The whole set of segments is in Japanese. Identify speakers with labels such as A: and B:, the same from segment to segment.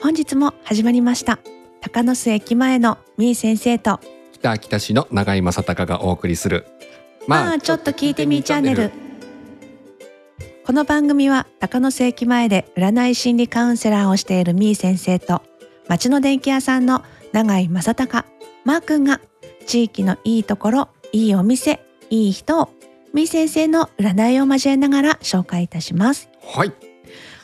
A: 本日も始まりました高野須駅前のみー先生と
B: 北秋田市の永井正隆がお送りする
A: まあちょっと聞いてみーチャンネルこの番組は高野須駅前で占い心理カウンセラーをしているみー先生と町の電気屋さんの永井正隆マー君が地域のいいところいいお店いい人をみー先生の占いを交えながら紹介いたします
B: はいよ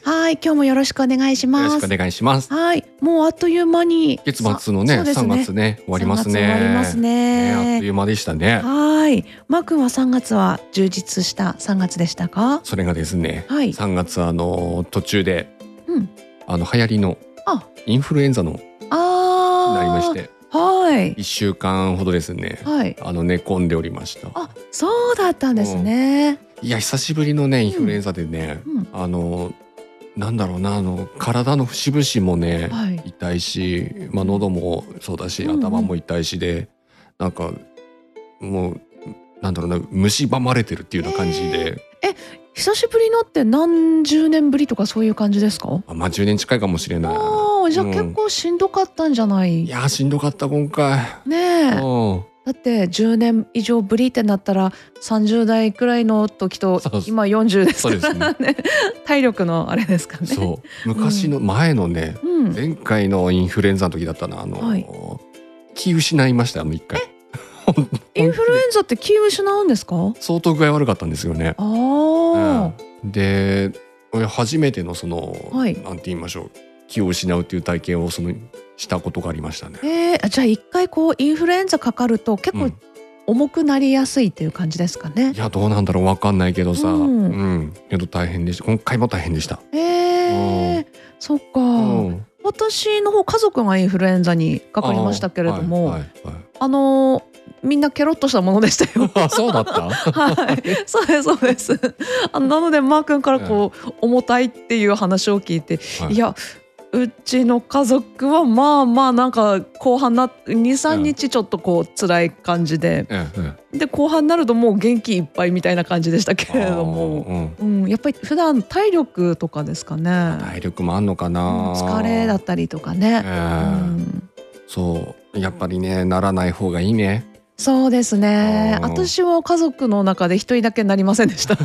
A: はい今日もよろしくお願いしま
B: ろ
A: す
B: しくお願いします
A: はいもうあっという間に
B: 月末のね
A: そうです
B: 三月ね終わりますね
A: 3月終わります
B: ねあっ
A: ね
B: という間でしたね
A: はい。マー君は三月は充実した三月でしたか？
B: それがですね
A: はい。
B: 三月あの途中で
A: うん。
B: あの流行りの
A: あ
B: インフルエンザの
A: ああ。
B: なりまし。て
A: はい。
B: 一週間ほどですね
A: はい。
B: あの寝込んでおりました
A: あ、そうだったんですね。
B: いや久しぶりのねインフルエンザでね
A: うん。
B: あのなんだろうなあの体の節々もね
A: はい。
B: 痛いし、まあ、喉もそうだし
A: うんうん
B: 頭も痛いしで、なんかもうなんだろうな蝕まれてるっていうような感じで、
A: 久しぶりのって何十年ぶりとかそういう感じですか？
B: あまあ10年近いかもしれない
A: ああ、じゃあ
B: うん
A: 結構しんどかったんじゃない？
B: いやーしんどかった今回、
A: ねえ。
B: うん
A: だって10年以上ぶりってなったら30代くらいの時と
B: そう
A: 今40です
B: そうですね
A: から ね体力のあれですかね。
B: そう昔の前のね、
A: うん、
B: 前回のインフルエンザの時だったなあの、
A: はい
B: 気失いましたあの一回
A: インフルエンザって気を失うんですか
B: 相当具合悪かったんですよね
A: ああ、
B: うんで俺初めてのその、
A: はい
B: なんて言いましょう気を失うっていう体験をそのしたことがありましたね。
A: えー、じゃあ一回こうインフルエンザかかると結
B: う
A: 構
B: ん
A: 重くなりやすいっていう感じですかね
B: い、やどうなんだろうわかんないけどさ、
A: う
B: うんん、けど大変でした。今回も大変でした。
A: え
B: う
A: ー、そっか、
B: うん
A: 私の方家族がインフルエンザにかかりましたけれどもあ,、
B: はいはいはい。
A: のーみんなケロッとしたものでしたよ
B: あそうだ った。
A: はい、そうですそうですあのなのでマー君からこう、重たいっていう話を聞いて
B: はい
A: いやうちの家族はまあまあなんか後半な23
B: うん
A: 日ちょっとこう辛い感じで、
B: うんうん
A: で後半になるともう元気いっぱいみたいな感じでした けれど
B: あ
A: も、
B: ーうん
A: うん、やっぱり普段体力とかですかね
B: 体力もあんのか
A: うん
B: な。
A: 疲れだったりとかね、う
B: ええ
A: ん、
B: そうやっぱりねならない方がいい ね。
A: そうですね
B: あー
A: 私は家族の中で一人だけなりませんでした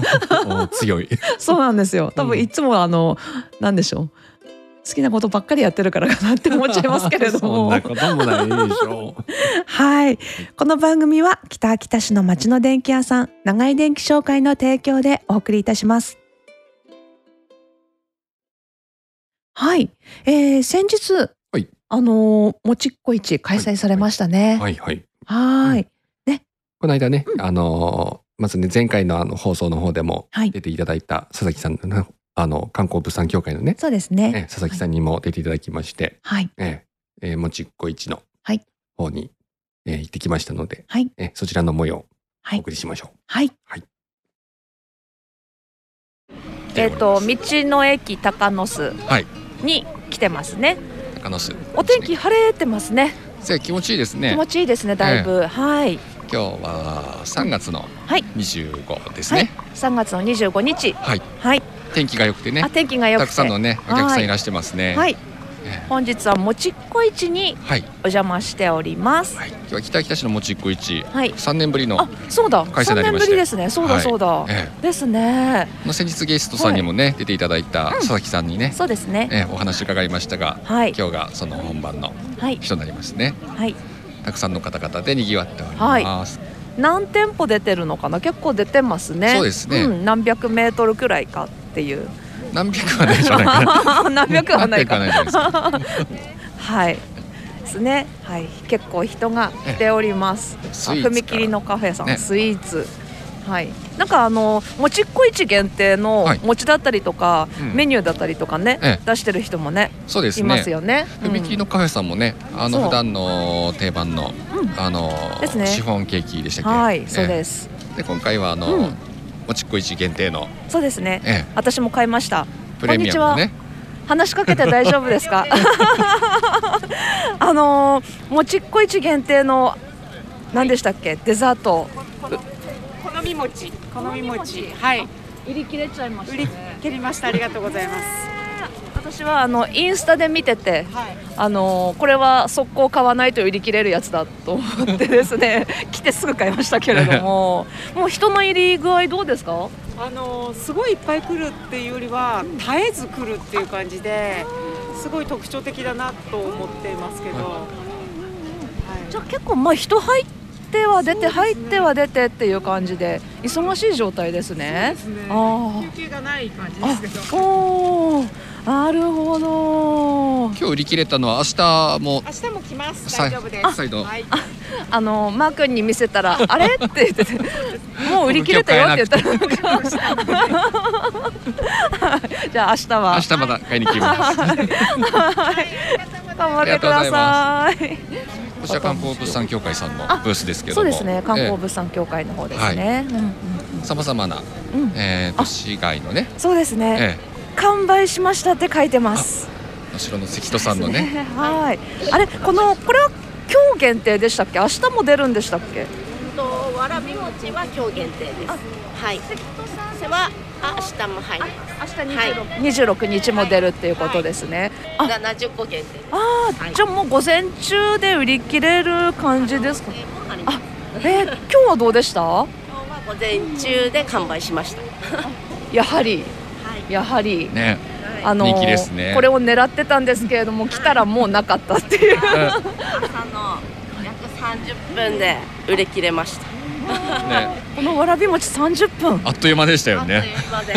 B: お 強い。
A: そうなんですよ多分いつもあのなんでしょう好きなことばっかりやってるからかなって思っちゃいますけれど
B: そ
A: も
B: んなこともないでしょう。
A: はい。この番組は北秋田市の町の電気屋さん、長井電気商会の提供でお送りいたします。はい。えー、先日、
B: はい
A: あのーもちっこ市開催されましたね。
B: はいはい。
A: はーい。
B: この間ね、
A: うん
B: あのーまずね前回のあの放送の方でも
A: はい
B: 出ていただいた佐々木さんのあの観光物産協会のね、
A: そうですね。
B: え佐々木さんにも出ていただきまして。
A: はい。
B: えええーもちっこ一の
A: はい
B: 方に、えー行ってきましたので、
A: はい
B: えーそちらの模様を
A: は
B: お
A: い
B: 送りしましょう。
A: はい。
C: えっ、と道の駅高野須
B: はい
C: に来てますね。
B: 高野市
C: お天気晴れてますね。
B: せ気持ちいいです
C: 気
B: ね。
C: 持ちいいですね。だいぶ、はい
B: 今日は3月の
C: はい
B: 25です
C: はい。3月の25日
B: はい、
C: はい。
B: 天気が良くてね
C: あ天気が良くて
B: ね
C: お客さんい
B: らしてますね
C: はい。
B: え
C: 本日はもちっこ市に
B: はい、
C: お邪魔しております。
B: はい今日は北北市のもちっこ市
C: はい。
B: 3年ぶりの
C: あ、そうだ。
B: 開催に
C: 3
B: なり
C: 年
B: ま
C: ぶ
B: して
C: りですね。そうだ
B: はい
C: そうだ。
B: え
C: ですね。
B: え先日ゲストさんにもね、出ていただいた佐々木さんにね、
C: そうですね。
B: ええお話伺いましたが
C: はい
B: 今日がその本番の
C: はい
B: 日となりますね
C: はい。
B: たくさんの方々で賑わっております、
C: 何店舗出てるのかな。結構出てますね。
B: そうですね
C: うん、何百メートルくらいかっていう。
B: 何百はないじゃないかな
C: 何百はないか
B: 何百はないじゃない
C: はい。ですね。はい。結構人が来ております。
B: です
C: あ
B: かスイーツから
C: 踏切のカフェさん、
B: ね
C: スイーツ。はい。なんかあのもちっこ市限定の
B: はい
C: 餅だったりとか、
B: うん
C: メニューだったりとかね、
B: え
C: 出してる人もね
B: そうです
C: いま
B: ね
C: すよね。
B: 踏切のカフェさんもね、
C: そ
B: あ
C: う
B: の普段の定番の、
C: うん
B: あの
C: ですね
B: シフォンケーキでし
C: う
B: たっ
C: ん
B: け、
C: はい、
B: ええ
C: そうです。
B: で今回はあの、
C: うん
B: もちっこ市限定の、
C: そうですね。
B: え
C: 私も買いました。
B: え、プレミアムのね
C: 話しかけて大丈夫です かあのーもちっこ市限定の何でしたっけデザート
D: 好み餅好み
C: 好み餅
D: 餅はい
C: 売り切れちゃいま
D: 売り切りましたありがとうございます
C: あ
A: 私はあのインスタで見てて、
E: はい
A: あのこれは速攻買わないと売り切れるやつだと思ってです ね来てすぐ買いましたけれどももう人の入り具合どうですか
E: あのすごいいっぱい来るっていうよりは絶えず来るっていう感じですごい特徴的だなと思っていますけど、は
B: はい
A: じゃあ結構まあ人入っては出て、入っては出てっていう感じで忙しい状態ですね。
E: ですね
A: あー
E: 休憩がない感じですけど
A: おおなるほど
B: 今日売り切れたのは明日も
E: 明日も来ます
B: さい
E: 大丈夫です
B: 再度
E: はい、
A: あのマー君に見せた ら「あれ?」って言ってて「もう売り切れたよ」って言ったらなんかはいじゃあ明日は
B: 明日また買いに来ます。
A: 頑張ってください
B: こちら観光物産協会さんのブースですけども、
A: そうですね観光物産協会の方ですね、
B: さまざまな、
A: うんうんうん
B: えー、都市外のね、
A: そうですね、
B: え
A: 完売しましたって書いてます
B: え、後ろの関戸さんの
A: です
B: ね、
A: ね はいあれこのこれは今日限定でしたっけ明日も出るんでしたっけ
D: とわらび餅は今日限定です。はい。せはあ明日も入ります。
A: 明
D: 日26
A: 二十六日も出るっていうことですね、あ
D: 七十個限定です。
A: ああ、
D: はい
A: じゃあもう午前中で売り切れる感じですか
D: えーもうあります。
A: えー、今日はどうでした
D: 今日は午前中で完売しました。
A: やはり
D: はい。
A: やはり、
B: ね、
A: あの
B: 人気ですね
A: これを狙ってたんですけれども来たらもうなかったっていう
D: 朝の約三十分で売り切れました。
B: ね、
A: このわらび餅30分
B: あっという間でしたよ
D: あっと
B: ね。
D: いう間で。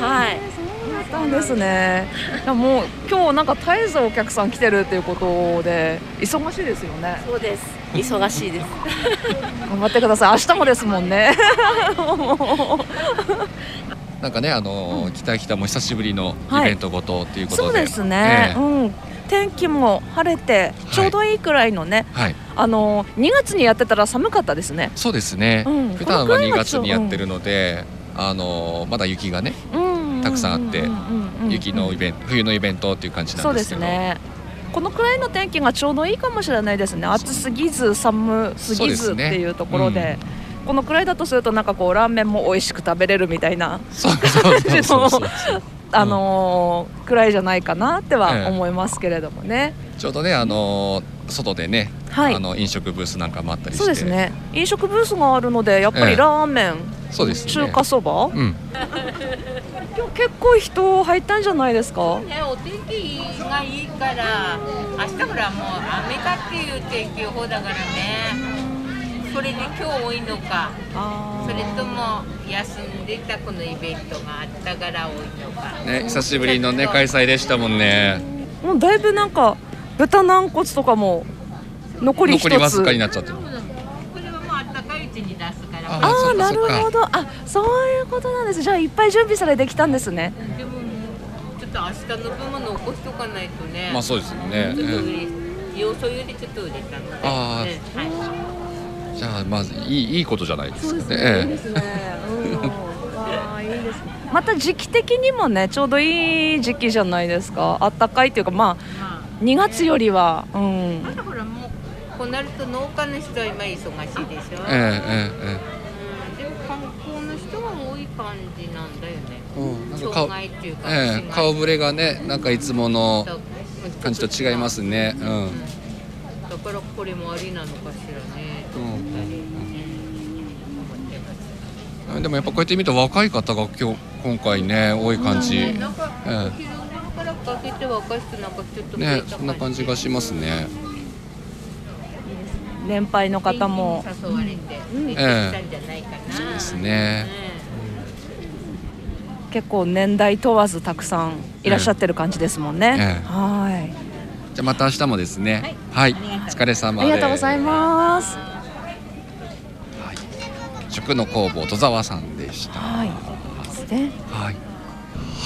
D: はい。
A: だったんですねいやもう今日なんか絶えずお客さん来てるっていうことで忙しいですよね
D: そうです。忙しいです。
A: 頑張ってください明日もですもん ね
B: なんかね、あのー、北北も久しぶりのイベントごとっていうことで、
A: そうですね、
B: え
A: うん天気も晴れてちょうどいいくらいのね、
B: えはい、
A: あの2月にやってたら寒かったですね
B: そうですね。
A: うん
B: 普段は2月にやって
A: る
B: るので、あのーまだ雪がね、たくさんあって雪のイベント、冬のイベントっていう感じな
A: そうん
B: で
A: です
B: け
A: す
B: ど、
A: ねこのくらいの天気がちょうどいいかもしれないですね暑すぎず寒すぎず
B: そ
A: っ
B: うですね
A: ていうところでこのくらいだとするとなんかこうラーメンも美味しく食べれるみたいな、
B: そうそうそうそうそう。
A: あのーくらいじゃないかなって
B: ええ
A: は思いますけれどもね、
B: ちょうどね、あのー外でね、
A: はい
B: あの飲食ブースなんかもあったりして、
A: そうですね飲食ブースがあるのでやっぱ
B: え
A: り
B: え
A: ラーメン、
B: そうですね
A: 中華そば、
B: うん、
A: 今日結構人入ったんじゃないですか
F: ね、お天気がいいから明日からもう雨かっていう天気予報だからねそれで今日多いのかそれとも休んでたこのイベントがあったから多いのか
B: ね、久しぶりのね、開催でしたもんね。
A: もうだいぶなんか豚軟骨とかも残り一
B: 残りわず
A: つ
B: かになっちゃってる。
F: これはもうあったかいうちに出すから
B: あ
F: ま
A: あ
F: あ
A: あ
B: そっ
A: ー
B: か
A: なる
B: そっか
A: ほどあそういうことなんですじゃあいっぱい準備されてきたんですね
F: でもちょっと明日の分も残しとかないとね、
B: まあ、そうですよね。
F: ちょっと売れ予想よりちょっと売れたので、
B: あー
F: ねはい
B: じゃあ、まず、いい、いいことじゃないですかね。え
A: すねうんわあいいですねまた時期的にもねちょうどいい時期じゃないですかあったかいっていうかまあ
F: まあ
A: 2月よりはうん
F: ただほらもうこうなると農家の人は今忙しいでしょ、
B: ええええ
F: うんでも観光の人が多い感じなんだよね
B: ええうんなんか
F: 障
B: 顔、
F: 害っていうか、
B: ええ顔
F: 市街地
B: ぶれがね、なんかいつもの感じと違いますね。う
F: うんん、だからこれもありなのかしらねと思ったり、思ってます
B: うん。でも、やっぱ、こうやって見ると、若い方が今日、今回ね、多い感じ。
F: なんか、
B: え
F: 昼頃からかけて若い人なんかちょっと増え
B: ね、
F: た
B: そんな感じがしますね。
A: 年配の方も
F: 天気に誘われて出てきたんじゃないかな、そう
B: ですね。
A: 結構年代問わずたくさんいらっしゃってる感じですもんね
B: え、え
A: はい
B: じゃあ、また明日もですね。はい、お疲れ様
A: あ
B: です。
A: りがとうございます
B: はい、塾の工房戸沢さんでした。
A: はいですね
B: はい。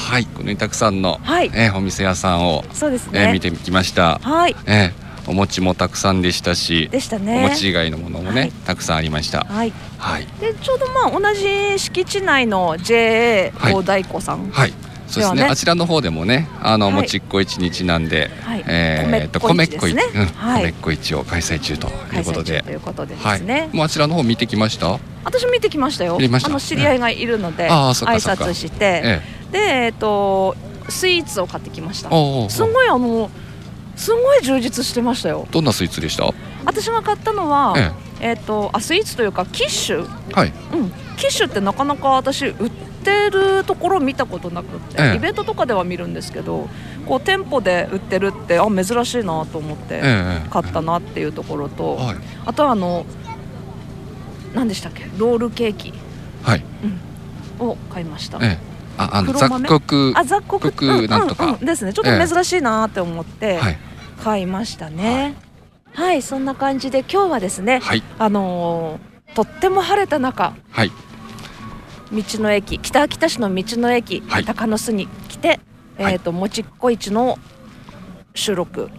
B: はい、このようにたくさんの、
A: はい
B: えーお店屋さんを、
A: そうです
B: えー
A: ね
B: 見てきました。
A: はい
B: えーお餅もたくさんでしたし、
A: でした
B: お
A: ね
B: 餅以外のものもね、
A: はい
B: たくさんありました。
A: はい
B: はい、
A: でちょうどまあ同じ敷地内の JA
B: はい
A: 大太鼓さん、
B: はい。そうです
A: で
B: ね
A: はね
B: あちらの方でもね、あの、
A: はい
B: もちっこ一日なんで、
A: はい
B: えーと
A: 米っ
B: 米っ
A: こ
B: こ
A: 一
B: 一、
A: ですね
B: うん
A: はい
B: 米っこ一を開催中とい
A: 開
B: うこと
A: 催中
B: で
A: と。いうことでで
B: は
A: す
B: い、
A: ね、
B: もうあちらの方見てきました。
A: 私見てきましたよ
B: 見ました
A: あの知り合いがいるので、挨
B: ああそっかそっか
A: 拶して、
B: え
A: でえっ、と
C: スイーツを買ってきました
B: ああ
C: すごいあのすごい充実してましたよ
B: どんなスイーツでした
C: 私が買ったのは
B: え
C: えっ、とあスイーツというかキッシュ
B: えはい
C: うん、キッシュってなかなか私売ってるところ見たことなくて、
B: ええ
C: イベントとかでは見るんですけどこう店舗で売ってるってあ珍しいなと思っ
B: え
C: て
B: え
C: 買ったなっていうところと、
B: はい
C: あとはあの何でしたっけロールケーキ
B: はい
C: を買いました。
B: ええああの
C: 黒
B: 雑
C: 豆
B: 穀
C: あ雑穀
B: 黒なんとか
C: うんうんうんですねちょっ
B: ええ
C: と珍しいなって思って
B: はい
C: 買いましたね、はい、そんな感じで今日はですね
B: はい
C: あのーとっても晴れた中
B: はい
C: 道の駅北秋田市の道の駅、
B: はい
C: 高野巣に来て、
B: はい
C: えー、ともちっこ市の収録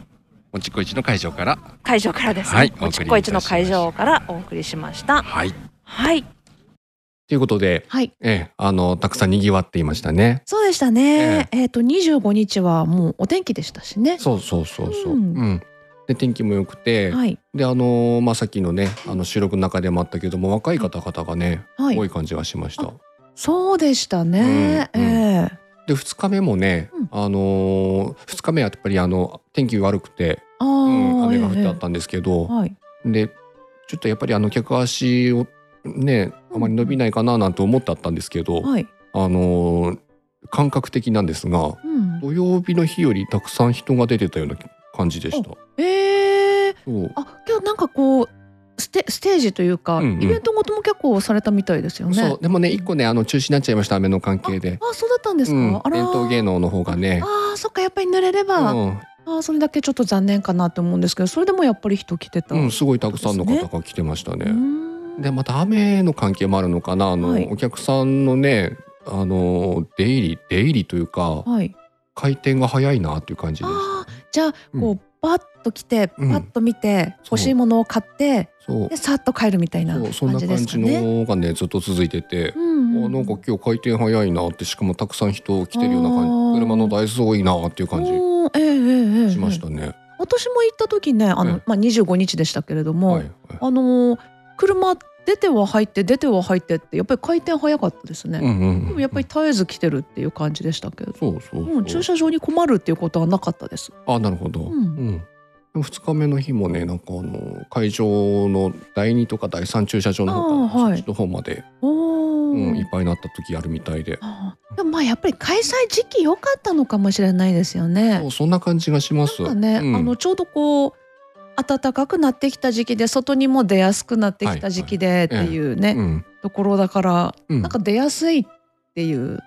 B: もちこいちの会場から
C: 会場からですね、
B: はい
C: もちっこ市の会
B: お
C: 場からお送りしました
B: はい
C: はい
B: ということで
A: はい。
B: ええあのたくさん賑わっていましたね
A: そうでしたね。えっ、と25日はもうお天気でしたしね。
B: そうそうそうそう
A: う
B: うんん、で天気も良くて、
A: はい
B: であのーまあさっきのねあの収録の中でもあったけども若い方々がね、
A: はい
B: 多い感じがしました
A: そうでしたね。
B: うんうん
A: ええ
B: で2日目もね、
A: うん
B: あの2日目はやっぱりあの天気悪くて、
A: ああ、
B: うん雨が降ってあっ
A: え
B: たんですけど
A: え、はい。
B: でちょっとやっぱりあの客足をねあまり伸びないかななんて思ってあったんですけど、
A: はい。
B: あのー感覚的なんですが
A: うん。
B: 土曜日の日よりたくさん人が出てたような感じでした。
A: ええ
B: そう
A: あ、今日なんかこうステステージというか、
B: うんうん
A: イベントごとも結構されたみたいですよね。
B: そうでもね一個ねあの中止になっちゃいました雨の関係で、
A: あ、そうだったんです
B: う
A: か。
B: ん
A: あ、ら
B: 伝統芸能の方がね、
A: ああ、そっかやっぱり濡れれば、あ
B: う
A: ーそれだけちょっと残念かなって思うんですけど、それでもやっぱり人来てた。
B: ん、うん、すごいたくさんの方が来てました
A: う
B: ね。
A: ーん
B: でまた雨の関係もあるのかなあの、
A: はい
B: お客さんのねあの出入り出入りというか
A: はい。
B: 回転が早いなっていう感じです。
A: ああ、じゃあ
B: うん
A: こう、バッと来て、パ
B: うん
A: ッと見て、
B: そう
A: 欲しいものを買って、
B: そう
A: でさっと帰るみたいな
B: そうそ
A: 感
B: んな
A: じで
B: 感
A: すか
B: じ
A: ね。
B: のがねずっと続いてて
A: う、ん
B: あなんか今日回転早いなってしかもたくさん人来てるような
A: あー
B: 感じ車の台数多いなっていう感じ
A: おーええええええ
B: しましたね。
A: 私も行った時ねあの、
B: ええ
A: まあ、25日でしたけれども、
B: はい、はい
A: あのー車出ては入って出ては入ってってやっぱり回転早かったですね、
B: うんうん
A: で
B: う
A: も
B: ん、
A: やっぱり絶えず来てるっていう感じでしたけど、
B: そうそうそう、
A: うん、駐車場に困るっていうことはなかったです
B: あなるほど、
A: う
B: うんんでも2日目の日もねなんかあの会場の第2とか第3駐車場の方か
A: あーは
B: ら、
A: い
B: そっちの方まで、
A: おお、
B: うん、いっぱいになった時あるみたいで、
A: ああでもまあやっぱり開催時期良かったのかもしれないですよね
B: そうそんな感じがします。
A: なんかね、
B: うん
A: あのちょうどこう暖かくなってきた時期で外にも出やすくなってきた時期でっていうね、
B: うん
A: ところだから、
B: うん
A: なんか出やすいっていう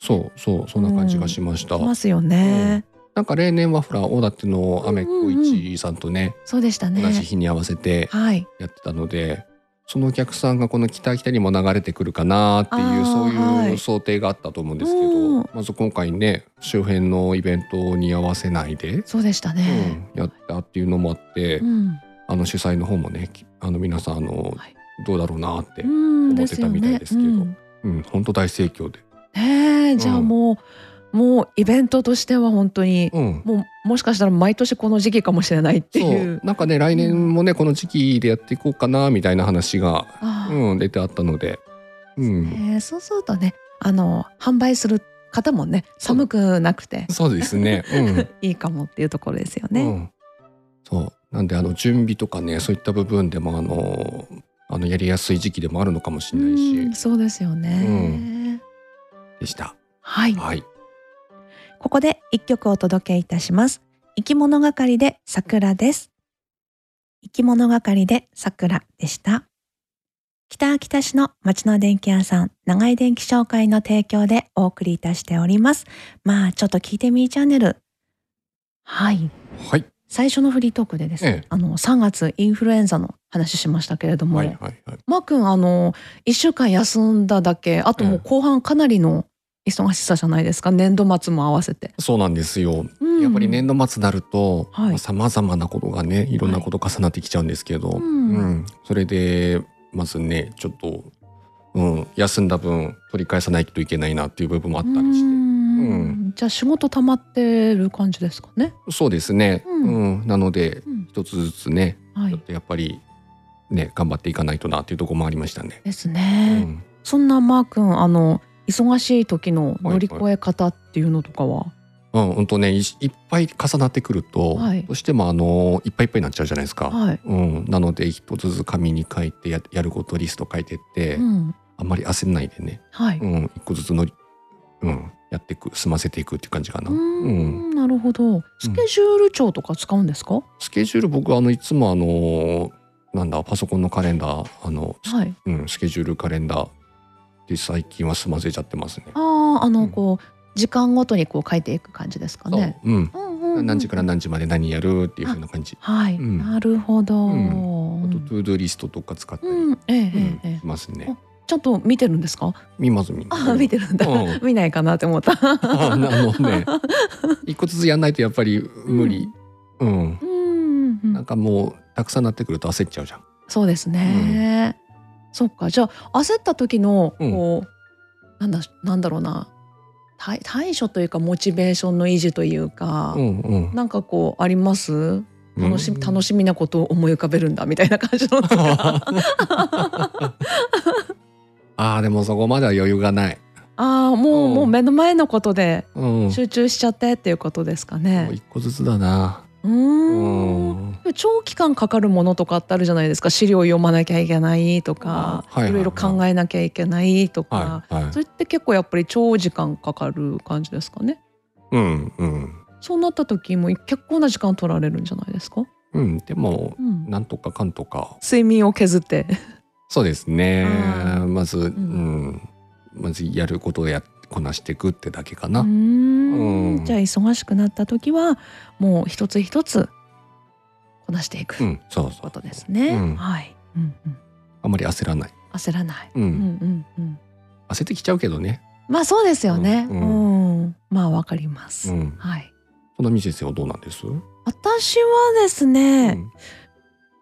B: そうそうそんな感じがしました。
A: いますよね、
B: なんか例年はほら大館の雨っ子一さんとね、
A: そうでしたね
B: 同じ日に合わせて
A: はい
B: やってたのでそのお客さんがこの北北にも流れてくるかなって
A: あ
B: い
A: ー
B: うそう
A: はいいう
B: 想定があったと思うんですけど、
A: うん
B: まず今回ね周辺のイベントに合わせないで、
A: そうでしたね、
B: うんやったっていうのもあって、
A: うん
B: あの主催の方もねきあの皆さんあの、
A: はい
B: どうだろうなって、
A: う
B: うん
A: ん
B: 思
A: で
B: って
A: す
B: た
A: よ
B: みた
A: ね
B: いですけど
A: うん
B: 本当大盛況で、
A: ねえじゃあ
B: うん
A: もう、もうイベントとしては本当に、
B: うん、
A: もうもしかしたら毎年この時期かもしれないって
B: そ
A: いう
B: うなんかね来年もね、この時期でやっていこうかなみたいな話が、
A: ああ
B: うん、出てあったので、うん、
A: えーそうするとねあの販売する方もね
B: そう
A: 寒くなくて
B: そうですね。
A: いいかもっていうところですよ
B: うん、
A: ね、
B: うん、そうなんであの準備とかねそういった部分でもあのあのやりやすい時期でもあるのかもしれないし、
A: うんそうですよね、
B: うんでした。
A: はい
B: はい、
A: ここで一曲お届けいたします。生き物係で桜です。生き物係で桜でした。北秋田市の町の電気屋さん、長井電気商会の提供でお送りいたしております。まあ、ちょっと聞いてみーチャンネル。はい。
B: はい、
A: 最初のフリートークでですね
B: え、え
A: あの、3月インフルエンザの話しましたけれども、
B: はい、はい、はい。
A: まーくん、あの、1週間休んだだけ、あともう後半かなりの忙しさじゃないですか、年度末も合わせて。
B: そうなんですよ。
A: うん
B: やっぱり年度末になると、
A: はい
B: さまざ、まなことがね、いろんなこと重なってきちゃうんですけど、
A: いうん
B: うん、それでまずね、ちょっと、うん、休んだ分取り返さないといけないなっていう部分もあったり
A: うー
B: して、
A: んじゃあ仕事溜まってる感じですかね。
B: そうですね。
A: うん
B: うん、なので
A: うん
B: 一つずつね、
A: は
B: ちょっ
A: い。
B: とやっぱりね、頑張っていかないとなっていうところもありましたね。
A: です
B: う
A: ね。
B: ん、
A: そんなマー君あの忙しい時の乗り越え方っていうのとかは
B: うん、ほんとねいいっぱい重なってくると、
A: はい
B: どうしてもあのいっぱいいっぱいになっちゃうじゃないですか。
A: はい。
B: うん、なので一つずつ紙に書いてややることリスト書いてって、
A: うん。
B: あんまり焦んないでね、
A: はい。
B: うん、一個ずつのり、うん、やっていく済ませていくっていう感じかな。
A: うー
B: うん、
A: んなるほど。スケジュール帳とか使うんですか。
B: スケジュール僕はあのいつもあのなんだパソコンのカレンダーあの、
A: はい。
B: うん、スケジュールカレンダーで最近は済ませちゃってますね。
A: ああ、あ
B: う
A: の、
B: ん
A: こう、時間ごとにこう書いていく感じですかね。
B: そううん、
A: うんうんうん
B: 何時から何時まで何やるっていう風な感じ。
A: はい、
B: うん
A: なるほど。
B: う
A: うん
B: あと
A: ん、
B: トゥードゥーリストとか使ったり、
A: うんええ、え
B: うん
A: えええ
B: しますね。
A: ちゃんと見てるんですか。
B: 見ます見ます。
A: あ、見てるんだ。
B: うん
A: 見ないかなって思った。
B: ああのね一個ずつやんないとやっぱり無理、うん
A: うんうんう
B: なん
A: ん、
B: かもうたくさんなってくると焦っちゃうじゃん
A: そうですね。そっか、じゃあ、焦った時の、
B: うん
A: こう、なんだ、なんだろうな。対、対処というか、モチベーションの維持というか。
B: うんうん
A: なんかこうあります楽し,、楽
B: し
A: しみなことを思い浮かべるんだみたいな感じのと か
B: ああでもそこまでは余裕がない、
A: ああもう、
B: うん
A: もう目の前のことで
B: うん、も
A: 集中しちゃってっていうことですかね
B: う。一個ずつだな
A: う
B: う
A: ーん
B: ん
A: 長期間かかるものとかってあるじゃないですか資料読まなきゃいけないとか、
B: あはいはいはい
A: いろいろ考えなきゃいけないとか、
B: はいはい
A: それって結構やっぱり長時間かかる感じですかね
B: うんうん
A: そうなった時も結構な時間取られるんじゃないですか、
B: うんでも
A: うん、
B: なんとかかんとか
A: 睡眠を削って
B: そうですね
A: う
B: まず、うん
A: ん
B: まずやることをやっこなしていくってだけか
A: う
B: な、
A: ー
B: うんん
A: じゃあ忙しくなった時はもう一つ一つこなしていく
B: う、
A: というん
B: そうそう
A: ことですね、
B: うん
A: はい、うんうん、
B: あんまり焦らない、
A: 焦らない、
B: うん
A: うんうんうん、
B: 焦ってきちゃうけどね、
A: まあそうですよね。
B: う
A: うんん、まあわかります。
B: うん、
A: はい。
B: そんなみ先生はどうなんです、
A: 私はですね、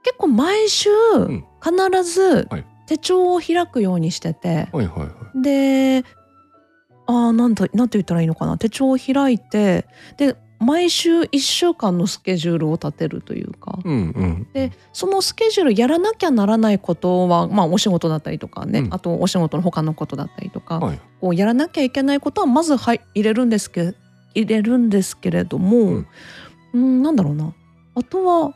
A: 結構毎週
B: ん
A: 必ず
B: はい
A: 手帳を開くようにしてて、
B: はいはいはい。
A: で、あーなんとなんて言ったらいいのかな。手帳を開いて、で毎週一週間のスケジュールを立てるというか。
B: うんうん。
A: でそのスケジュールやらなきゃならないことは、まあ、お仕事だったりとかね、
B: うん
A: あとお仕事の他のことだったりとか、
B: はい。
A: こうやらなきゃいけないことはまずはい入れるんですけ入れるんですけれども、
B: う
A: うんん、なんだろうなあとは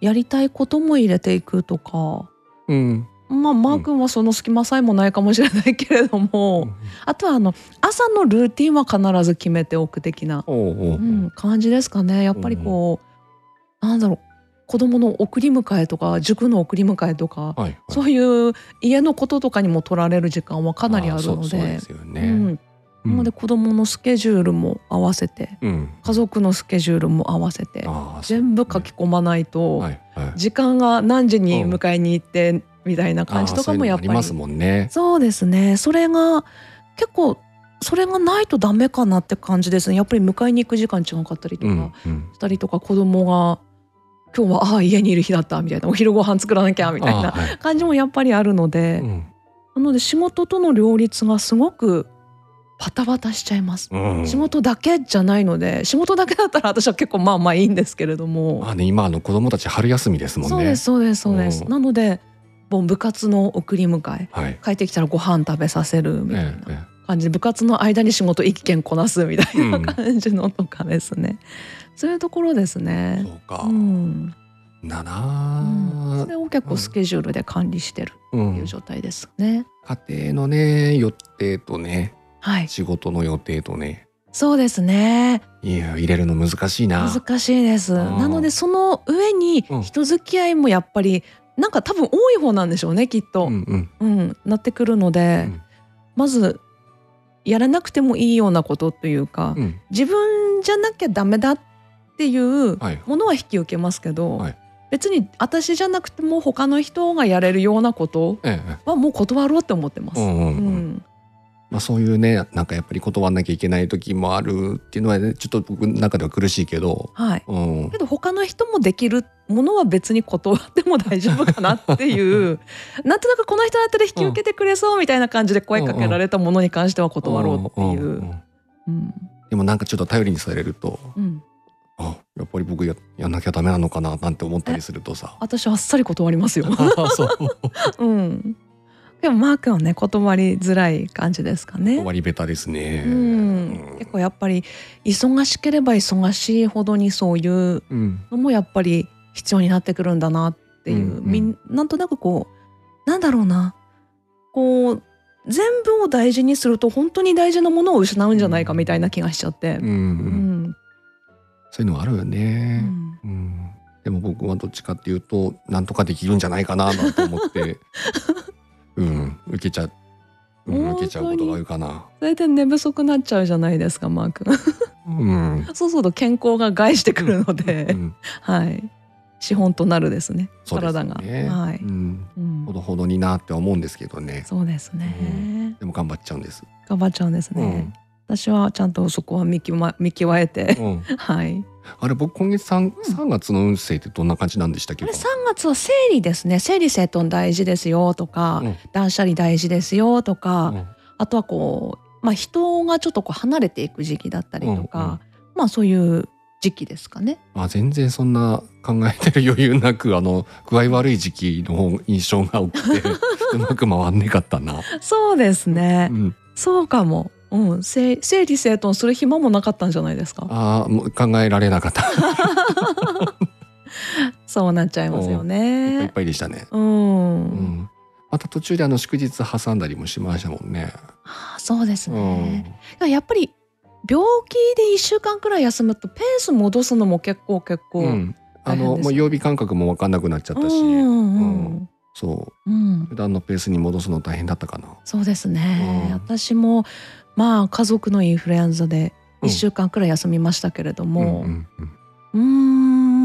A: やりたいことも入れていくとか
B: うん。
A: まあマー君はその隙間さえもないかもしれないけれども、あとはあの朝のルーティンは必ず決めておく的な、
B: おうおう。
A: うん、感じですかねやっぱりこう、なんだろう子供の送り迎えとか塾の送り迎えとか、
B: はい、はい。
A: そういう家のこととかにも取られる時間はかなりある
B: ー
A: の
B: そうそうですよ
A: う
B: ね。
A: ん、なので子供のスケジュールも合わせて
B: うん。
A: 家族のスケジュールも合わせて
B: あー
A: 全部書き込まない
B: そう
A: と
B: はいはい。
A: 時間が何時に迎えに行ってみたいな感じとかもやっ
B: あーそういうのあり
A: ぱ
B: ま
A: り
B: すもんね。
A: そうですねそれが結構それがないとダメかなって感じですねやっぱり迎えに行く時間違かったりと
B: う
A: か
B: ん。うん。
A: したりとか子供が今日はああー家にいる日だったみたいなお昼ご飯作らなきゃみたい
B: あ
A: な
B: ーはい
A: 感じもやっぱりあるので
B: うん
A: なので仕事との両立がすごくバタバタしちゃいます。
B: うん。
A: 仕事だけじゃないので仕事だけだったら私は結構まあまあいいんですけれども、
B: まあね今あの子供たち春休みですもんね。
A: そうです。そうですそうです、
B: うん
A: なのでもう部活の送り迎え
B: はい。
A: 帰ってきたらご飯食べさせるみたい
B: え
A: な
B: ええ
A: 感じで部活の間に仕事一件こなすみたい
B: うん
A: な感じのとかですね、そういうところです
B: え。
A: ね
B: そうか
A: う。ん、
B: だ
A: うん
B: な
A: それ。を結構スケジュールで管理してる
B: う。
A: っていうん状態ですね、
B: 家庭のね予定とね
A: はい
B: 仕事の予定とね
A: そうですね
B: いや入れるの難しいな。
A: 難しいです
B: うん
A: なのでその上に
B: うん
A: 人付き合いもやっぱりなんか多分多い方なんでしょうねきっ
B: う
A: と、
B: んうん。
A: うんなってくるので、
B: うん
A: まずやらなくてもいいようなことというか、
B: うん。
A: 自分じゃなきゃダメだっていう
B: はい。
A: ものは引き受けますけど、
B: はい
A: 別に私じゃなくても他の人がやれるようなこと
B: えええ
A: はもう断ろうって思ってま
B: え。う
A: す。
B: んうん
A: う
B: うん。
A: ん
B: まあ、そういうねなんかやっぱり断んなきゃいけない時もあるっていうのは、ね、ちょっと僕の中では苦しいけど、
A: はい
B: うん
A: け、ど他の人もできるものは別に断っても大丈夫かなっていう なんとなくこの人だったら引き受けてくれそうみたいな感じで声かけられたものに関しては断ろうってい
B: んん
A: う。
B: ん
A: うん
B: でもなんかちょっと頼りにされると
A: うん
B: あやっぱり僕ややんなきゃダメなのかななんて思ったりするとさ。
A: 私はあっさり断りますよ。
B: あそう
A: うん、でもマークはね断りづらい感じですかね
B: 終。わり下手ですね。
A: うん、結構やっぱり忙しければ忙しいほどにそういう
B: うん
A: のもやっぱり必要になってくるんだなっていう、
B: うんうん
A: みんなんとなくこうなんだろうなこう全部を大事にすると本当に大事なものを失うんじゃないかみたいな気がしちゃって
B: う。ん
A: う
B: うん
A: ん
B: そういうのはあるよ
A: う
B: ね。
A: ん
B: うんでも僕はどっちかっていうとなんとかできるんじゃないかななんて思って うん受けちゃう、うん、受けちゃうことが多いかな。
A: それで寝不足になっちゃうじゃないですかマー君
B: うん、
A: そうすると健康が害してくるので、
B: うん
A: はい資本となるですね
B: そうですよね
A: 体がはい
B: うん、
A: うん
B: ほどほどになって思うんですけどね
A: そうですね、
B: でも頑張っちゃうんです。
A: 頑張っちゃうんです
B: う
A: ね
B: ん、
A: 私はちゃんとそこは見極ま見極めて
B: うん、
A: はい
B: あれ僕今月三三月の運勢ってどんな感じなんでしたっけ
A: あれ3月は生理ですね生理整頓大事ですよとか、
B: うん
A: 断捨離大事ですよとか、
B: うん
A: あとはこう、まあ、人がちょっとこう離れていく時期だったりとか、まあそういう時期ですかね。
B: あ全然そんな考えてる余裕なくあの 具合悪い時期の方印象が多くてうまく回んねかったな。
A: そうですね、
B: うん、
A: そうかも、うん、せ整理整頓する暇もなかったんじゃないですか
B: ああもう考えられなかった。
A: そうなっちゃいますよ
B: いっぱいいっ
A: ね。
B: ぱいでしたね。
A: うん、
B: うん、また途中であの祝日挟んだりもしましたもんね。
A: あーそうです
B: う
A: ね
B: ん、、
A: やっぱり病気で1週間くらい休むとペース戻すのも結構結構、
B: うん、あ
A: 大変
B: の
A: です
B: もう曜日感覚も分かんなくなっちゃったし、
A: うんう
B: うんんそう
A: うんうん
B: 普段のペースに戻すの大変だったかな。
A: そうですね、
B: うん
A: 私もまあ家族のインフルエンザで
B: うん
A: 1週間くらい休みましたけれども
B: うんうん
A: うーん,、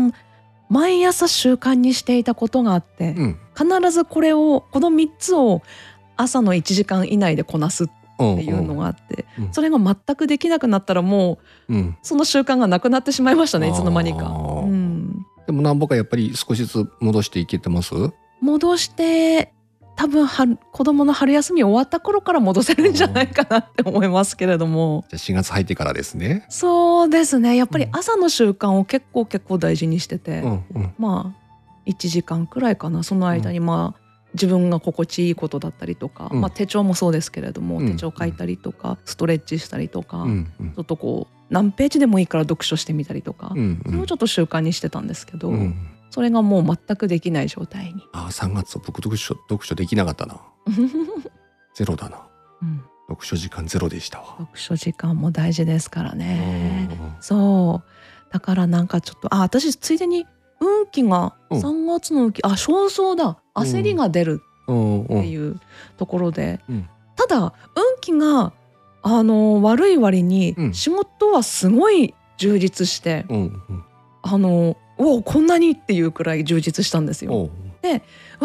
A: 毎朝習慣にしていたことがあって、
B: うん
A: 必ずこれをこの3つを朝の1時間以内でこなすっ
B: うん、
A: ていうのがあって、
B: うんうん
A: それが全くできなくなったらもう
B: うん
A: その習慣がなくなってしまいましたねいつの間に
B: あ
A: か。
B: ー
A: うん
B: でもなんぼかやっぱり少しずつ戻していけてます。
A: 戻して多分春子供の春休み終わった頃から戻せるんじゃないかなって思いますけれども
B: じゃあ4月入ってからですね。
A: そうですねやっぱり朝の習慣を結構結構大事にしてて、
B: うんうん
A: まあ1時間くらいかなその間にまあ、自分が心地いいことだったりとか、
B: うん
A: まあ、手帳もそうですけれども、
B: うん
A: 手帳書いたりとかストレッチしたりとか、
B: う
A: ち
B: んうん
A: ょっとこう何ページでもいいから読書してみたりとか、
B: うんうん
A: それをちょっと習慣にしてたんですけど、
B: うん
A: それがもう全くできない状態に。
B: あー3月は僕読書読書できなかったな。 ゼロだな。
A: うん
B: 読書時間ゼロでしたわ。
A: 読書時間も大事ですからね。
B: うん
A: そうだからなんかちょっとあ私ついでに運気が
B: うん
A: 3月の運気、あ焦燥だ
B: うん
A: 焦りが出る
B: うんう
A: って
B: ん
A: いうところで、
B: うん
A: ただ運気があの悪い割に
B: うん
A: 仕事はすごい充実して、
B: うんうん
A: あのおうこんなにっていうくらい充実したんですよ。
B: おう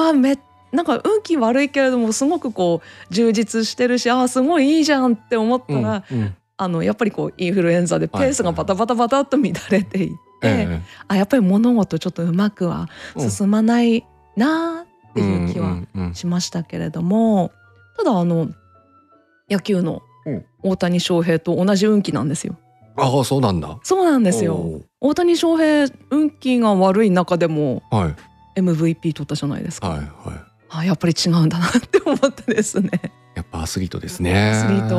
A: わあめなんか運気悪いけれどもすごくこう充実してるしあーすごいいいじゃんって思っ
B: うん
A: たら、
B: うん
A: あのやっぱりこうインフルエンザでペースがバタバタバタっと乱れていって、
B: え
A: あやっぱり物事ちょっとうまくは
B: え
A: 進まないなーっていう気
B: う
A: は
B: んうんうん
A: しましたけれども、ただあの野球の
B: うん
A: 大谷翔平と同じ運気なんですよ。
B: ああそうなんだ。
A: そうなんですよ。
B: おう
A: 大谷翔平運気が悪い中でも
B: はい
A: MVP 取ったじゃないですか。
B: はいはい。
A: あやっぱり違うんだなって思ってですね。
B: やっぱアスリートですね。
A: アスリート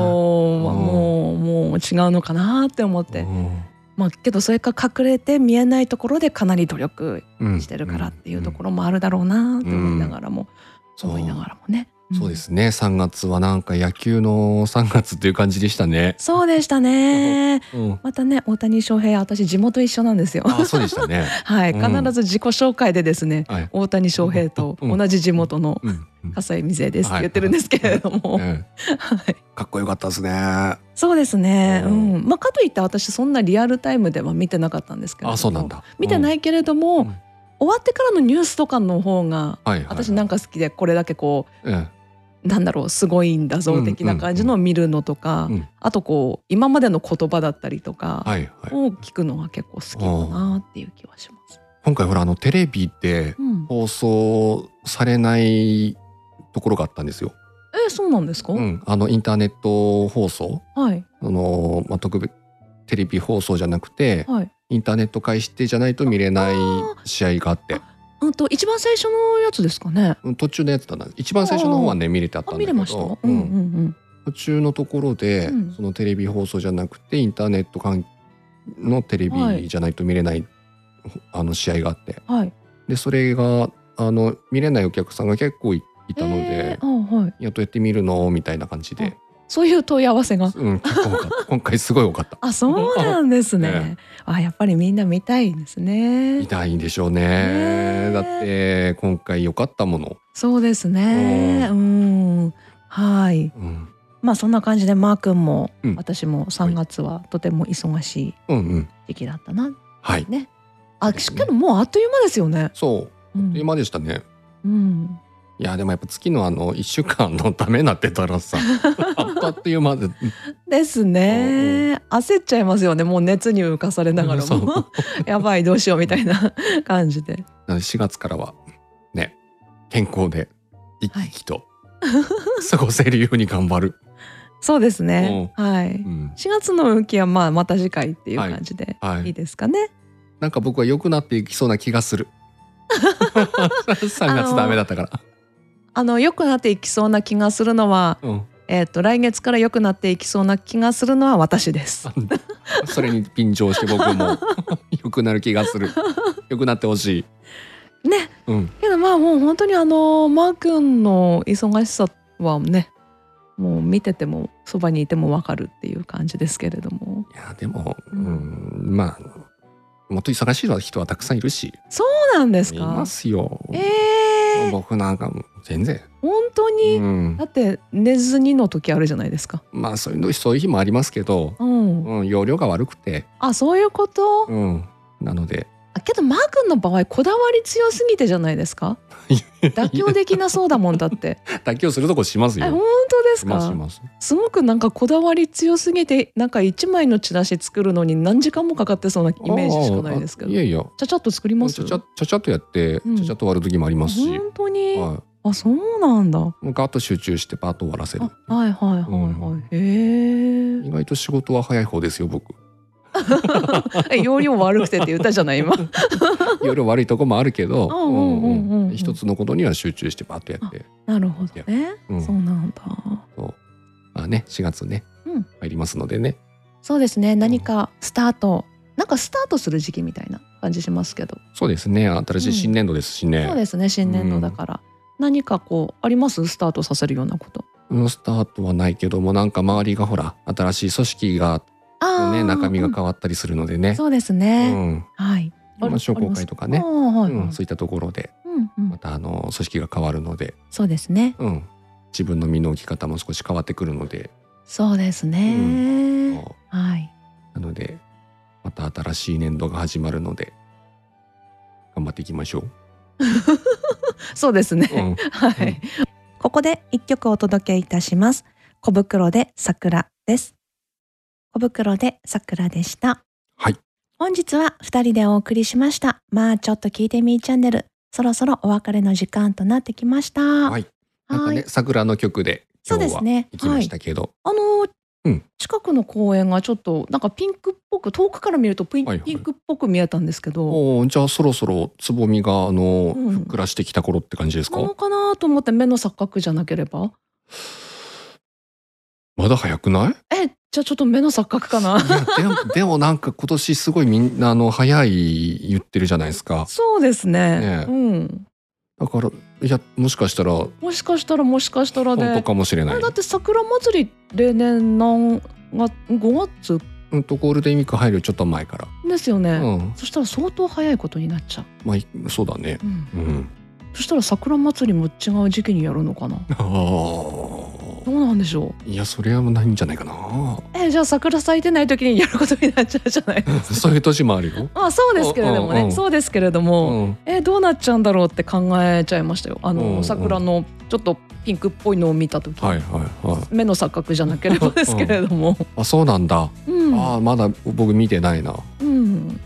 A: はもう、もう違うのかなって思って。
B: うん
A: まあ、けどそれか隠れて見えないところでかなり努力
B: うん
A: してるからっていうところもあるだろうなと思いながらも、
B: そう
A: 思いながらもね。ん
B: そうで。すね3月はなんか野球の3月っていう感じでしたね。
A: そうでしたね。
B: うん、
A: またね大谷翔平私地元一緒なんですよ。
B: あそうでしたね。
A: はい必
B: うん
A: ず自己紹介でですね、
B: はい
A: 大谷翔平と同じ地元の
B: うんうん
A: 葛西瑞恵ですって
B: はい
A: 言ってるんですけれども、はい
B: ええかっこよかったですね。あ
A: そうですね。う
B: うん
A: ん、まあかといって私そんなリアルタイムでは見てなかったんですけれども
B: そうなん。だ。。
A: 見てないいけれども、
B: うん
A: 終わってからのニュースとかの方が
B: はいはい、
A: 私なん
B: か、
A: か好きでこれだけこ
B: え
A: うなんだろうすごいんだ
B: う
A: ぞ
B: ん
A: 的な感じのを見るのとか、
B: うん
A: あとこう今までの言葉だったりと
B: えは
A: か
B: いはい。
A: を聞くのが結構好きかなっていう気はします。
B: 今回ほらあのテレビで
A: うん、
B: 放送されないところがあったんですよ。
A: えそうなんですか、
B: うん、あのインターネット放送、
A: はい
B: あのまあ、特別テレビ放送じゃなくて、
A: はい
B: インターネット介してじゃないと見れない試合があって
A: うんと一番最初のやつですかね。
B: うん途中のやつだな一番最初の方はね見れてあっ
A: あ
B: たんだ
A: 見
B: け
A: れ
B: ど
A: ました。うんう
B: うんん
A: うん。
B: 途中のところで、
A: うん
B: そのテレビ放送じゃなくてインターネット関のテレビじゃないと見れない、あの試合があって
A: はい。
B: でそれがあの見れないお客さんが結構いいたの
A: え
B: で
A: ー、あはい。
B: やっとやってみるのみたいな感じで、
A: そういう問い合わせが。
B: うん、結構多か った今回すごい多かった
A: あ、そうなんですね。
B: え
A: あ、やっぱりみんな見たいんですね。
B: 痛いんでしょう
A: ね
B: ね
A: え
B: だって今回良かったもの、
A: そうですね。
B: う
A: うん。はい。
B: うん、
A: まあそんな感じでマー君も、
B: うん
A: 私も3月はとても忙しい
B: うんうん
A: 時期だったな。
B: はい
A: ね。あ、
B: そうです
A: し
B: ね
A: かももうあっという間ですよね。
B: そ
A: う
B: う
A: ん
B: 今でしたね
A: うん。
B: いやでもやっぱ月のあの1週間のためになってたらさ あっという間で
A: ですね。焦っちゃいますよね。もう熱に浮かされながら
B: そ
A: も
B: う。
A: やばいどうしようみたい な感じで。
B: なので4月からはね健康で生き生きと過ごせるように頑張る、
A: そうですね。はい。
B: うん
A: 4月の運気はまあまた次回っていう
B: はい
A: 感じで
B: はい
A: いいですかね。
B: なんか僕は良くなっていきそうな気が する3月ダメだったから、
A: あの良くなっていきそうな気がするのは、
B: うん、
A: えっ、と来月から良くなっていきそうな気がするのは私です。
B: それに便乗して僕 も良くなる気がする良くなってほしい、
A: ね。
B: うん、
A: けどまあもう本当にあのマー君の忙しさはね、もう見ててもそばにいてもわかるっていう感じですけれども。
B: いやでも、うん、まあもっと忙しい人はたくさんいるし
A: そうなんです
B: い
A: か。
B: ますよ、
A: ええ
B: 僕なんかもう全然、
A: 本当に、
B: うん
A: だ、って寝ずにの時あるじゃないですか。
B: まあそういうのそういう日もありますけど、
A: うん。
B: うん、容量が悪くて、
A: あそういうこと。
B: うん、なので
A: あけどマー君の場合こだわり強すぎてじゃないですか。妥協できなそうだもんだって。
B: 妥協するとこします
A: え本
B: よ。
A: 当です
B: しますし
A: か。
B: ます。
A: すごくなんかこだわり強すぎてなんか一枚のチラシ作るのに何時間もかかってそうなイメージしかないですけど。
B: ああい
A: ち
B: やいや。
A: ゃちゃっと作ります。
B: ちゃちゃちゃちゃっとやって、
A: うん
B: ちゃちゃっと終わる時もありますし、
A: 本当に。
B: は
A: あそうなんだ。
B: い、もうガッと集中してパッと終わらせる
A: あ。はいはいはいはい。へえ。
B: 意外と仕事は早い方ですよ僕。
A: え容量悪くてって言ったじゃない 今。
B: 夜悪いとこもあるけ
A: う
B: ど、
A: んうんうんうん
B: うん一つのことには集中してパッとやって、
A: なるほどね。
B: うん
A: そうなんだ。
B: まあね4月ね、
A: うん
B: 入りますのでね。
A: そうですね。何かスタート、なんかスタートする時期みたいな感じしますけど。
B: そうですね新しい新年度ですしね。
A: そうですね。新年度だから、何かこうありますスタートさせるようなこと。
B: うんスタートはないけどもなんか周りがほら新しい組織が
A: あ
B: ね中身が
A: うん
B: 変わったりするのでね。
A: そうです
B: う
A: ね。
B: ん
A: はい。
B: まあ、商工会とかね
A: あ、はい
B: うん、そういったところで
A: うんう
B: ま
A: ん。
B: たあの組織が変わるので、
A: そうですね。
B: うん、自分の身の置き方も少し変わってくるので、
A: そうですね。
B: こ
A: はい。
B: うなのでまた新しい年度が始まるので頑張っていきましょ
A: そうですね。
B: う。 うん、
A: はい。ここで一曲お届けいたします。小袋で桜です。小袋で桜でした。
B: はい。
A: 本日は二人でお送りしました。まあちょっと聞いてみーチャンネル。そろそろお別れの時間となってきました。は。
B: はいいなんかね桜の曲で
A: そ
B: 今
A: うで
B: 日
A: す
B: は
A: ね。
B: 行き
A: は
B: まし
A: い。
B: たけど、
A: あのー
B: うん
A: 近くの公園がちょっとなんかピンクっぽく遠くから見るとピン,、
B: はいはい
A: ピンクっぽく見えたんですけど、
B: おーじゃあそろそろつぼみがあの、
A: うん
B: ふっくらしてきた頃って感じです
A: な
B: か
A: のかなと思って目の錯覚じゃなければ
B: まだ早くない
A: えじゃあちょっと目の錯覚かない
B: やでもでもなんか今年すごいみんなあの早い言ってるじゃないですか
A: そうですね
B: ね
A: うん
B: だからいやもしかしたら本
A: もしかしたらもしかしたら
B: 当
A: ね。
B: かもしれない
A: だって桜祭り例年何月5月
B: うんとゴールデンウィーク入るちょっと前か
A: ですよね、
B: らうん
A: そしたら相当早いことになっちゃ
B: まあいそうだね
A: う、うん
B: う、ん
A: そしたら桜祭りも違う時期にやるのか な
B: ああ
A: どうなんでしょう
B: いやそれはないんじゃない かな
A: えじゃあ桜咲いてない時にやることになっちゃうじゃない ですか
B: そういう年もあるよ
A: あそうですけれども
B: うんうんう
A: ね
B: ん
A: そうですけれど
B: う
A: も、
B: ん
A: えどうなっちゃうんだろうって考えちゃいましたよあの、
B: うんうん
A: 桜のちょっとピンクっぽいのを見た時、
B: はいはいはい
A: 目の錯覚じゃなければですけれども、
B: あそうなんだ、
A: うん
B: ああまだ僕見てないな
A: うん、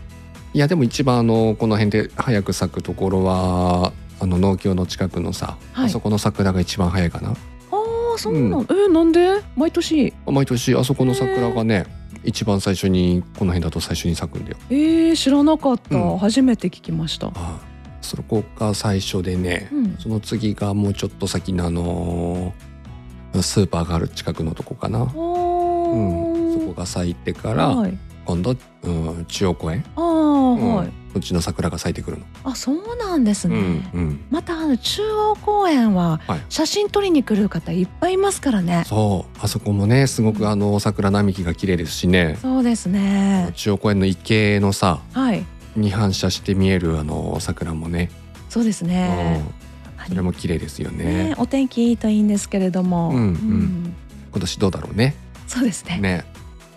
B: いやでも一番あのこの辺で早く咲くところはあの農協の近くのさ、
A: はい
B: あそこの桜が一番早いかな
A: ああそうなの、えーなんで毎年
B: 毎年あそこの桜がね一番最初にこの辺だと最初に咲くんだよ
A: えー、知らなかった、
B: うん
A: 初めて聞きました
B: ああそこが最初でね、
A: うん
B: その次がもうちょっと先のあのースーパーがある近くのとこかな、
A: お
B: うん、そ
A: ー
B: こが咲いてから、
A: はい、
B: 今度、うん、中央公園、
A: ああ、
B: うん
A: はい。
B: こっちの桜が咲いてくるの。
A: あ、そうなんですね。
B: うんうん、
A: またあの中央公園は
B: はい
A: 写真撮りに来る方いっぱいいますからね。
B: そうあそこもねすごくあの桜並木が綺麗ですしね
A: そうですね。
B: 中央公園の池のさ
A: はい、
B: に反射して見えるあの桜もね、
A: そうですね。
B: うん、それも綺麗ですよね
A: ね、お天気いいといいんですけれども、
B: うんうん今年どうだろうね
A: そうですね。
B: ね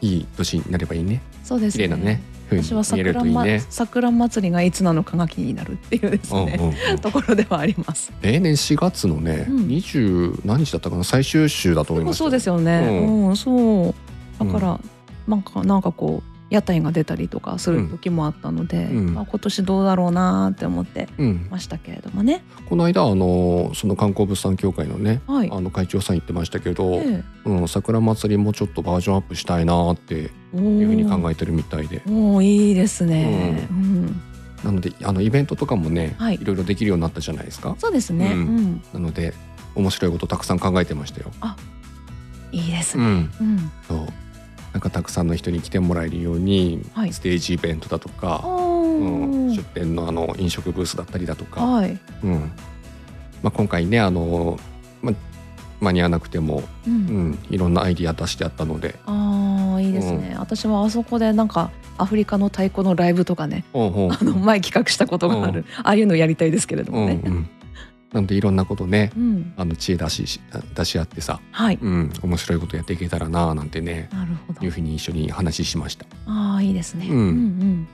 B: いい年になればいいね
A: そうです
B: 綺麗なね。風
A: 私は
B: に見える
A: 桜,、
B: といい
A: ま
B: ね。
A: 桜祭りがいつなのかが気になるっていうです
B: うんうん
A: ね、
B: う ん
A: ところではあります。
B: 例年4月のね、
A: うん
B: 二十何日だったかな最終週だと
A: で
B: 思いま
A: も
B: す
A: そうですよね。
B: う
A: うん、そう。だから、なんかなんかこう屋台が出たりとかする時もあったので、
B: うん
A: まあ、今年どうだろうなーって思って
B: うん、
A: ましたけれどもね。
B: この間あのその観光物産協会のね
A: はい。
B: あの会長さん言ってましたけど、
A: え
B: うん、桜祭りもちょっとバージョンアップしたいなっていう
A: え、い
B: ふうに考えてるみたいで、
A: もういいですね。うん、
B: なのであのイベントとかもね、
A: はい
B: い、ろいろできるようになったじゃないですか
A: そうですね。う、
B: うんんなので面白いことたくさん考えてましたよ、
A: いいです
B: う
A: ね。
B: ん、
A: うん、
B: そうなんかたくさんの人に来てもらえるように、
A: はい
B: ステージイベントだとか、うん、
A: お
B: 出
A: ー
B: 店のあの飲食ブースだったりだとか、
A: はい。
B: うんまあ、今回ねあの、ま、間に合わなくても、
A: う。
B: うんん、いろんなアイディア出してあったので、
A: ああいいですね、私はあそこでなんかアフリカの太鼓のライブとかね
B: うんうん
A: あの前企画したことがある、ああいうのやりたいですけれど
B: うん
A: も
B: う
A: ね。
B: ん、なのでいろんなことね
A: うん、
B: あの知恵出しし出し合ってさ、
A: はい、
B: うん、面白いことやっていけたらなあなんてね
A: なるほど
B: いう。ふうに一緒に話ししました。
A: ああいいですね。う
B: うんん
A: うん。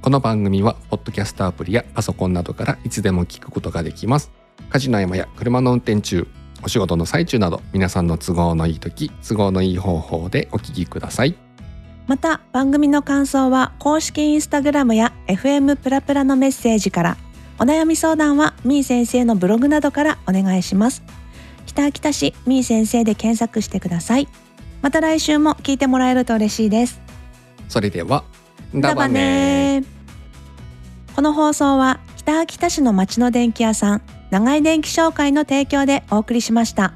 B: この番組はポッドキャストアプリやパソコンなどからいつでも聞くことができます家事の合間や車の運転中お仕事の最中など皆さんの都合のいい時都合のいい方法でお聞きください
A: また番組の感想は公式インスタグラムや FM プラプラのメッセージからお悩み相談はみー先生のブログなどからお願いします北秋田市みー先生で検索してくださいまた来週も聞いてもらえると嬉しいです
B: それでは
A: だばねこの放送は北秋田市の町の電気屋さん長井電気商会の提供でお送りしました